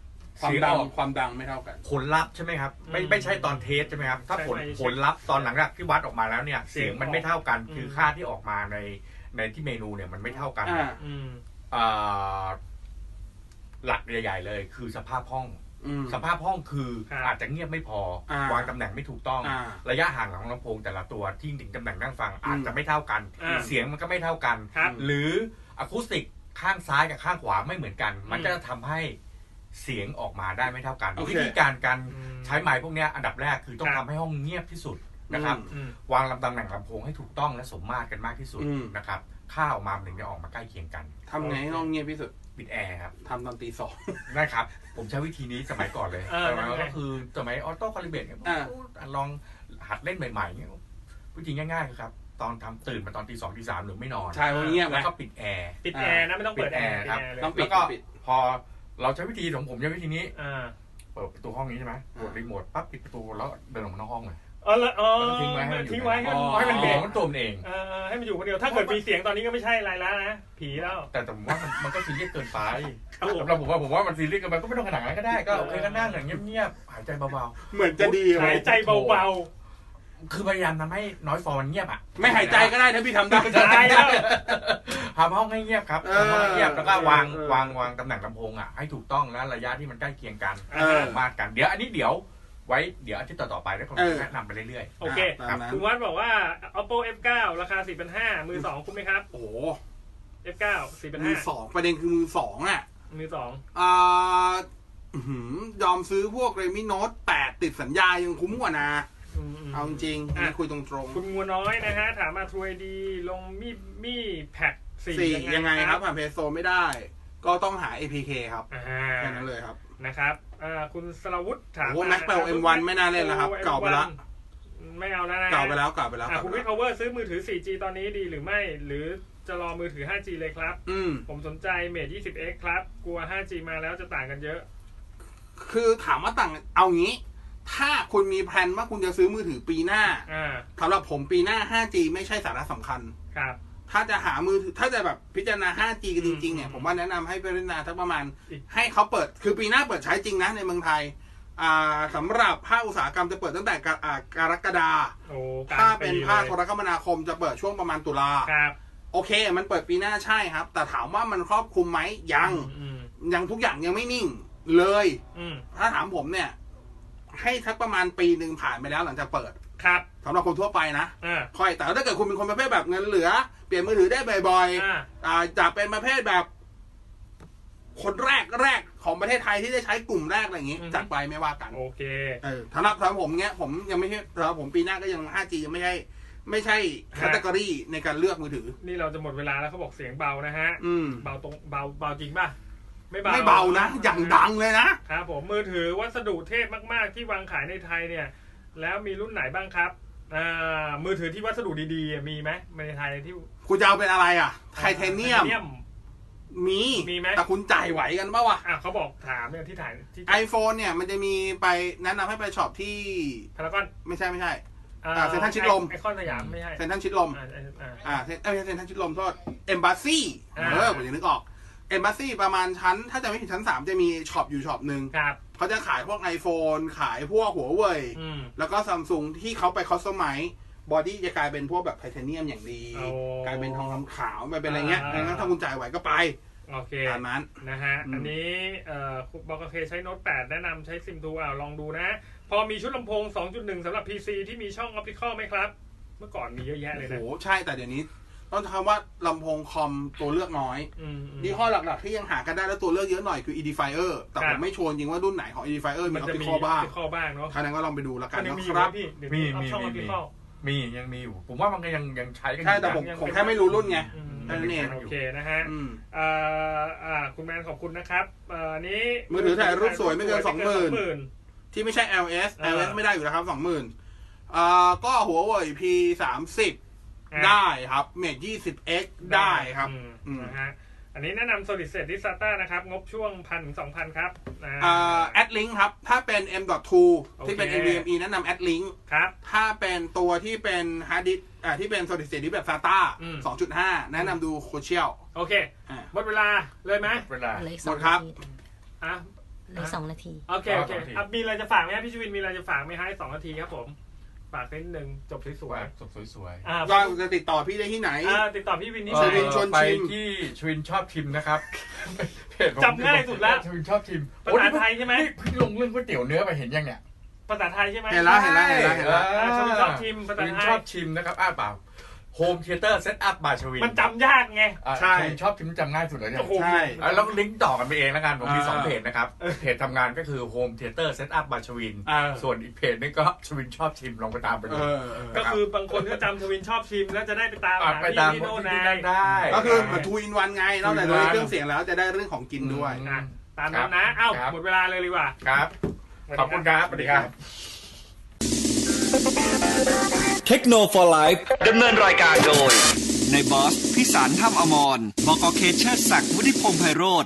S3: ความ
S5: เสียง
S3: ดัง
S5: ออก
S3: ความดังไม่เท่ากัน
S5: ผลลัพธ์ใช่ไหมครับ ไม่
S4: อืม
S5: ไม่ใช่ตอนเทสใช่ไหมครับ ถ้าผล
S4: ใช่ใช่
S5: ผลลัพธ์ตอนหลังจากที่วัดออกมาแล้วเนี่ย
S4: เสี
S5: เสี
S4: ย
S5: ย
S4: ง
S5: งมันไม่เท่ากัน
S4: อืม
S5: คือค่าที่ออกมาในในที่เมนูเนี่ยมันไม่เท่ากัน
S3: อ่า
S4: อืม
S5: เอ่อหลักใหญ่ๆเลย คือสภาพห้อง
S3: อืม
S5: สภาพห้องคือ
S4: ครับ
S5: อาจจะเงียบไม่พอ
S3: อ่าว
S5: างตำแหน่งไม่ถูกต้อง
S3: อ่า
S5: ระยะห่างของลำโพงแต่ละตัวที่ถึงตำแหน่งนั่งฟังอาจจะไม่เท่ากัน
S4: อ่า
S5: เสียงมันก็ไม่เท่ากัน
S4: ครับ
S3: อืม
S5: หรืออะคูสติกข้างซ้ายกับข้างขวาไม่เหมือนกัน มัน
S4: อืม
S5: จะทำให้เสียงออกมาได้ไม่เท่ากัน
S3: โอเค
S5: วิธีการการ
S4: อืม
S5: ใช้ไม้พวกเนี้ยอันดับแรกคือต้อง
S4: ค
S5: ทำ
S4: รับ
S5: ให้ห้องเงียบที่สุดนะครับ
S3: อืม
S4: อืม
S5: วางลำตำแหน่งลำโพงให้ถูกต้องและสมมาตรกันมากที่สุด
S3: อืม
S5: นะครับค่าออกมามันถึงจะออกมาใกล้เคียงกัน
S3: ทำไงให้ห้องเงียบที่สุด
S5: ปิดแอร์ครับ
S3: ทำตอนตีสอง
S5: ได้ครับ ผมใช้วิธีนี้สมัยก่อนเลย
S4: เออ
S5: สมัยก่อน
S4: ยังไง
S5: ก็คือสมัยออโต้คาลิเบตเนี่ยผม
S3: อ่า
S5: ลองหัดเล่นใหม่ๆเนี่ยวิธีง่ายๆครับตอนทำตื่นมาตอนตีสองตีสามหรือไม่นอน
S3: ใช่เพราะเงียบไง
S5: แล้วก็ปิดแอร์
S4: ปิดแอร์นะไม่ต้องเปิดแอร์
S5: ปิดแอร์ครับ
S4: ปิดแอร์เลย
S3: ต้อง ปิด
S5: แล้วก็
S3: ปิด
S5: พอเราใช้วิธีของผมใช้วิธีนี้
S4: อ่า
S5: เปิดประตูห้องนี้ใช่ไหมกดรีโมทปั๊บปิดประตูแล้วเดินออกมานอกห้องเลย
S4: เอาละอ๋อ
S5: มันทิ้งไว้ให้มันอยู่
S4: ทิ้งไว้ให้มัน
S3: อ๋อ
S5: ให้มันเบรก
S4: อ๋อ
S5: มันตัวมันเอง
S4: เออเออให้มันอยู่คนเดียวถ้าเกิดมีเสียงตอนนี้ก็ไม่ใช่อะไรแล้วนะผีแล้ว
S5: แต่แต่ผมว่ามันมันก็ซีเรียสเกินไป
S4: ครับผม
S5: สำหรับผมว่าผมว่ามันซีเรียสเกินไปก็ไม่ต้องขนาดนั้นก็ได้ก็โอเคก็นั่งอย่างเงียบๆหายใจเบา
S3: เหมือนจะดี
S4: หายใจเบา
S5: ๆคือพยายามทำให้น้อยฟอร์มันเงียบอ่ะ
S3: ไม่หายใจก็ได้ถ้าพี่ทำได้
S4: ๆตายแล้ว
S5: ทำห้องให้เงียบครับ
S3: เออ
S5: ทำห้องให้เงียบแล้วก็วาง
S3: เออ
S5: วางวางตำแหน่งลำโพงอ่ะให้ถูกต้องและระยะที่มันใกล้เคียงกัน
S3: เออ
S5: มากกันเดี๋ยวอันนี้เดี๋ยวไว้เดี๋ยวอาทิตย์ต่อๆไปแล้วผม
S3: เออ
S5: แนะนำไปเรื่อยๆ
S4: โอเค
S3: ตามนั้น
S4: คุณวัดบอกว่า Oppo F9 ราคา4,500มือสองคุ้มไหมครับ
S3: โอ้โห
S4: F9
S3: มือส
S4: 4,500
S3: องประเด็นคือมือสองอ่ะ
S4: มือสอง
S3: อ่าอื้อหือยอมซื้อพวกเรมิโนตแปดติดสัญญายังคุ้มกว่านะ เอาจริงๆ
S4: อ่ะ
S3: นี่คุยตรง
S4: คุณงัวน้อยนะฮะ ถามมาทรวยดีลงมีมีแพ็คสี่
S3: ๆสี่ยังไงครับผ่านเพจโซไม่ได้ ก็ต้องหา APK ครับ
S4: อ่า
S3: แค่นั้นเลยครับ
S4: นะครับอ่าคุณสรวุฒิถาม
S3: โอ้แม็กเปล M1 ไม่น่าเล่นแล้วครับ
S4: โอ้
S3: เก่าไปละ
S4: M1 ไม่เอาแล้วนะฮะ
S3: เก่าไปแล้วเก่าไปแล้ว
S4: อ่า
S3: เก่า
S4: คุ
S3: ไป
S4: ณวิ
S3: แล้ว
S4: ทพาวเวอร์ซื้อมือถือ 4G ตอนนี้ดีหรือไม่ หรือจะรอมือถือ 5G เลยครับ
S3: อืม
S4: ผมสนใจเมท 20x ครับ กลัว 5G มาแล้วจะต่างกันเยอะ
S3: คือถามว่าต่างเอางี้ ถ้าคุณมีแผนว่าคุณจะซื้อมือถือปีหน้า
S4: อ่า
S3: สำหรับผมปีหน้า 5G ไม่ใช่สาระสำคัญ
S4: ครับ
S3: ถ้าจะหามือถือถ้าจะแบบพิจารณา 5G กันจริงๆเนี่ย
S4: อืม
S3: ผมว่าแนะนำให้พิจารณาทักประมาณ
S4: อีก
S3: ให้เขาเปิด คือปีหน้าเปิดใช้จริงนะในเมืองไทย อ่าสำหรับภาคอุตสาหกรรมจะเปิดตั้งแต่กรอ่ากรกฎา
S4: โอ้กลง
S3: ถ้าเป็นภาค
S4: ล
S3: โท
S4: ย
S3: รคมนาคมจะเปิดช่วงประมาณตุลา
S4: ครับ
S3: โอเค มันเปิดปีหน้าใช่ครับ แต่ถามว่ามันครอบคลุมไหมยัง
S4: อืม
S3: ยังทุกอย่างยังไม่นิ่งเลย
S4: อืม
S3: ถ้าถามผมเนี่ย ให้ทักประมาณปีหนึ่งผ่านไปแล้วหลังจากเปิด
S4: ครับ
S3: สำหรับคนทั่วไปนะ
S4: อ่า
S3: ค่อยแต่ถ้าเกิดคุณเป็นคนประเภทแบบเงินเหลือ เปลี่ยนมือถือได้บ่อย
S4: อ่า
S3: ๆอ่าจะเป็นประเภทแบบ คนแรกแรกของประเทศไทยที่ได้ใช้กลุ่มแรกอะไรอย่างนี้
S4: อือฮึ
S3: จัดไปไม่ว่ากัน
S4: โอเค
S3: เออสำหรับสำหรับผมเนี้ย ผมยังไม่ใช่สำหรับผมปีหน้าก็ยัง 5G ยังไม่ใช่ ไม่ใช่แคตตากรีในการเลือกมือถือ
S4: นี่เราจะหมดเวลาแล้วเขาบอกเสียงเบานะฮะ
S3: อืม
S4: เบาตรงเบาเบาจริงป่ะ ไม่เบา
S3: ไม่เบานะอย่างดังเลยนะครับ
S4: ผมมือถือวัสดุเทพมาก ๆ ที่วางขายในไทยเนี่ย แล้วมีรุ่นไหนบ้างครับ อ่ามือถือที่วัสดุดีๆอ่ะมีไหมในไทยที่
S3: คุณจะเอาเป็นอะไรอ่ะ ไทเทเนียม
S4: ไทเทเนียม
S3: มี
S4: มีไหม
S3: แต่คุณจ่ายไหวกันปะวะ
S4: อ่ะเขาบอกถามเนี่ยที่ถ่ายที่
S3: iPhone เนี่ยมันจะมีไปแนะนำให้ไปช็อปที่
S4: พารากอน
S3: ไม่ใช่ไม่ใช่
S4: อ่า
S3: อ่าเซ็นทรัลชิดลม
S4: ไอคอนสยามไม่ใช่
S3: เซ็นทรัลชิดลม
S4: อ่าอ่า
S3: อ่าเซ็นเอ้ยไม่ใช่เซ็นทรัลชิดลมโทษเอมบ s สซี่
S4: อ่า
S3: เออผมยังนึกออกเอมบ s สซี่ประมาณชั้น ถ้าจะไม่ผิดชั้น 3 จะมีช็อปอยู่ช็อปหนึ่ง
S4: ครับ
S3: เขาจะขายพวก iPhone ขายพวกหัวเว่ย
S4: อืม
S3: แล้วก็ซัมซุงที่เขาไปคอสตอมไมบอดี้จะกลายเป็นพวกแบบไทเทเนียมอย่างดี
S4: โอ้
S3: กลายเป็นทองคำขาวไปเป็นอะไรเงี้ย
S4: อ่า
S3: ดังนั้นถ้าคุณจ่ายไหวก็ไป
S4: โอเค
S3: ตามนั้น
S4: นะฮะ
S3: อืม
S4: อันนี้เอ่อคุณบอกเคใช้โน้ต8 แนะนำใช้ซิมทูอ่าวลองดูนะ พอมีชุดลำโพง 2.1สำหรับ PC ที่มีช่องออปติคอลไหมครับ เมื่อก่อนมีเยอะแยะเลย
S3: โอ้โห
S4: นะ
S3: ใช่แต่เดี๋ยวนี้ ต้องคำว่าลำโพงคอมตัวเลือกน้อย
S4: อืมอืม
S3: ยี่ห้อหลักๆ ที่ยังหากันได้แล้วตัวเลือกเยอะหน่อยคือ Edifier แต่
S4: ค
S3: ผ
S4: รับ
S3: มไม่ชัวร์จริงว่ารุ่นไหนของ Edifier มี
S4: มัน
S3: ออ
S4: จะ
S3: ปติ
S4: มี
S3: ค
S4: อ
S3: อลบ้าง
S4: อปติคอลบ้างเนาะ
S3: ครั้นั้นก็ลองไปดูแล้วกั
S4: มัน นยัง
S3: นะค
S4: มีอยู่
S3: รั
S4: นะ
S3: บ
S4: พี่ เดี๋ยว
S5: มี
S4: นี้ออป
S5: มี
S4: ช่องอ
S5: มี
S4: อปติ
S5: มี
S4: คอล
S5: มียังมีอยู่ ผมว่ามันก็ยังยังใช้กันอยู่
S3: ใช่แต่ผม
S5: นะ
S3: ผมแค่ไม่รู้รุ่นไง
S4: อืม
S3: แค่นั้นเอง
S5: ครับ
S4: โอเคนะฮะ
S3: อืม
S4: เอ่ออ่าคุณแมนขอบคุณนะครับเอ่ออันนี้
S3: มือถือถ่ายรูปสวยไม่เกิน
S4: น
S3: ที่ไม่ใช่ LS
S4: อ่า
S3: LS ไม่ได้อยู่นะครับ 20,000อ่าก็หัวเว่ย P 3 0
S4: อ่ะ
S3: ได้ครับ Mate 20X ได้ครับ
S4: อืม
S3: อืม
S4: นะฮะ อันนี้แนะนำ Solid State Distata นะครับ งบช่วงพันถึงสองพันครับอ่า
S3: อ่า Adlink ครับ ถ้าเป็น M.2 ที่เป็น
S4: โอเค
S3: NVMe แนะนำ Adlink
S4: ครับ
S3: ถ้าเป็นตัวที่เป็นฮาร์ดดิสก์อ่าที่เป็น solid state disk แบบ SATA
S4: อืม
S3: 2.5 แนะนำดู Crucial
S4: โอเค
S3: อ่า
S4: หมดเวลาเลยไหม
S5: เวลา
S6: เหลยส
S3: หม
S6: อ
S3: ด
S6: ง
S3: ครั
S6: นา
S3: บ
S6: ที
S4: อ่ะ
S6: เหลยสองนาที
S4: โอเค โอเค
S5: สองนาที
S4: อ่ะมีอะไรจะฝากไหมครับพี่ชวิน มีอะไรจะฝากไหมฮะสองนาทีครับผม ฝากนิดนึง จบสวย
S5: สวยสวย
S4: ๆอ่า
S3: เราจะติดต่อพี่ได้ที่ไหน
S4: อ่าติดต่อพี่วินนี่
S3: ช
S4: ไหน
S3: วินชวนชิม
S5: ไปที่ชวินชอบชิมนะครับเพจผม
S4: จำง่ายสุดละ
S5: ชวินชอบชิม
S4: ภาษาไทยใช่ไหม
S5: นี่เพิ่งลงเรื่องก๋วยเตี๋ยวเนื้อไปเห็นยังเนี่ย
S4: ภาษาไทยใช่ไหม
S3: เห็นแล้วเห็นแล้วเห็นแล้วเห็นแล้ว
S4: อ่าชวินชอบชิมภาษาไทย
S5: ชวินชอบชิมนะครับ อ้าเปล่าโฮมเทเตอร์เซตอัพบาชวิน
S4: มันจำยากไง
S5: อ่า
S3: ใช่
S5: ชวินชอบชิมจำง่ายสุดเลยเนี่ย
S4: โอ้โห
S3: ใช่
S5: อ่าแล้วลิงก์ต่อกันไปเองแล้วกัน ผมมี
S3: อ่า
S5: สองเพจนะครับ เพจทำงานก็คือโฮมเทเตอร์เซตอัพบาชวิน
S3: เออ
S5: ส่วนอีกเพจนึงก็ชวินชอบชิมลองไปตามไป
S3: เอ
S5: ดู
S3: อเออ
S4: ก็คือบางคนก็จำชวินชอบชิม แล้วจะได้ไปตาม
S5: อ่า
S4: หา
S5: ไป
S4: พี่
S5: ตาม
S4: ที่
S5: ที่
S4: โน่น
S5: นี่
S4: ไง
S5: นั่นได้
S3: ก็คือ
S5: นะค
S3: เห
S5: รั
S3: มือบ นทูอินวันไงนอกจากจะได้เครื่องเสียงแล้วจะได้เรื่องของกินด้วย
S4: อ่ะตามนั้นนะ เอ้า
S5: ครับ
S4: หมดเวลาเลยดีกว่า
S5: ครับ ขอบคุณครับสวัสดีครับ
S1: เทคโนโลยี
S2: ดำเนินรายการโดย
S1: ในบอสพิสารถ้ำอมรบอกอเคเชอร์ศักดิ์วุฒิพงษ์ไพโรธ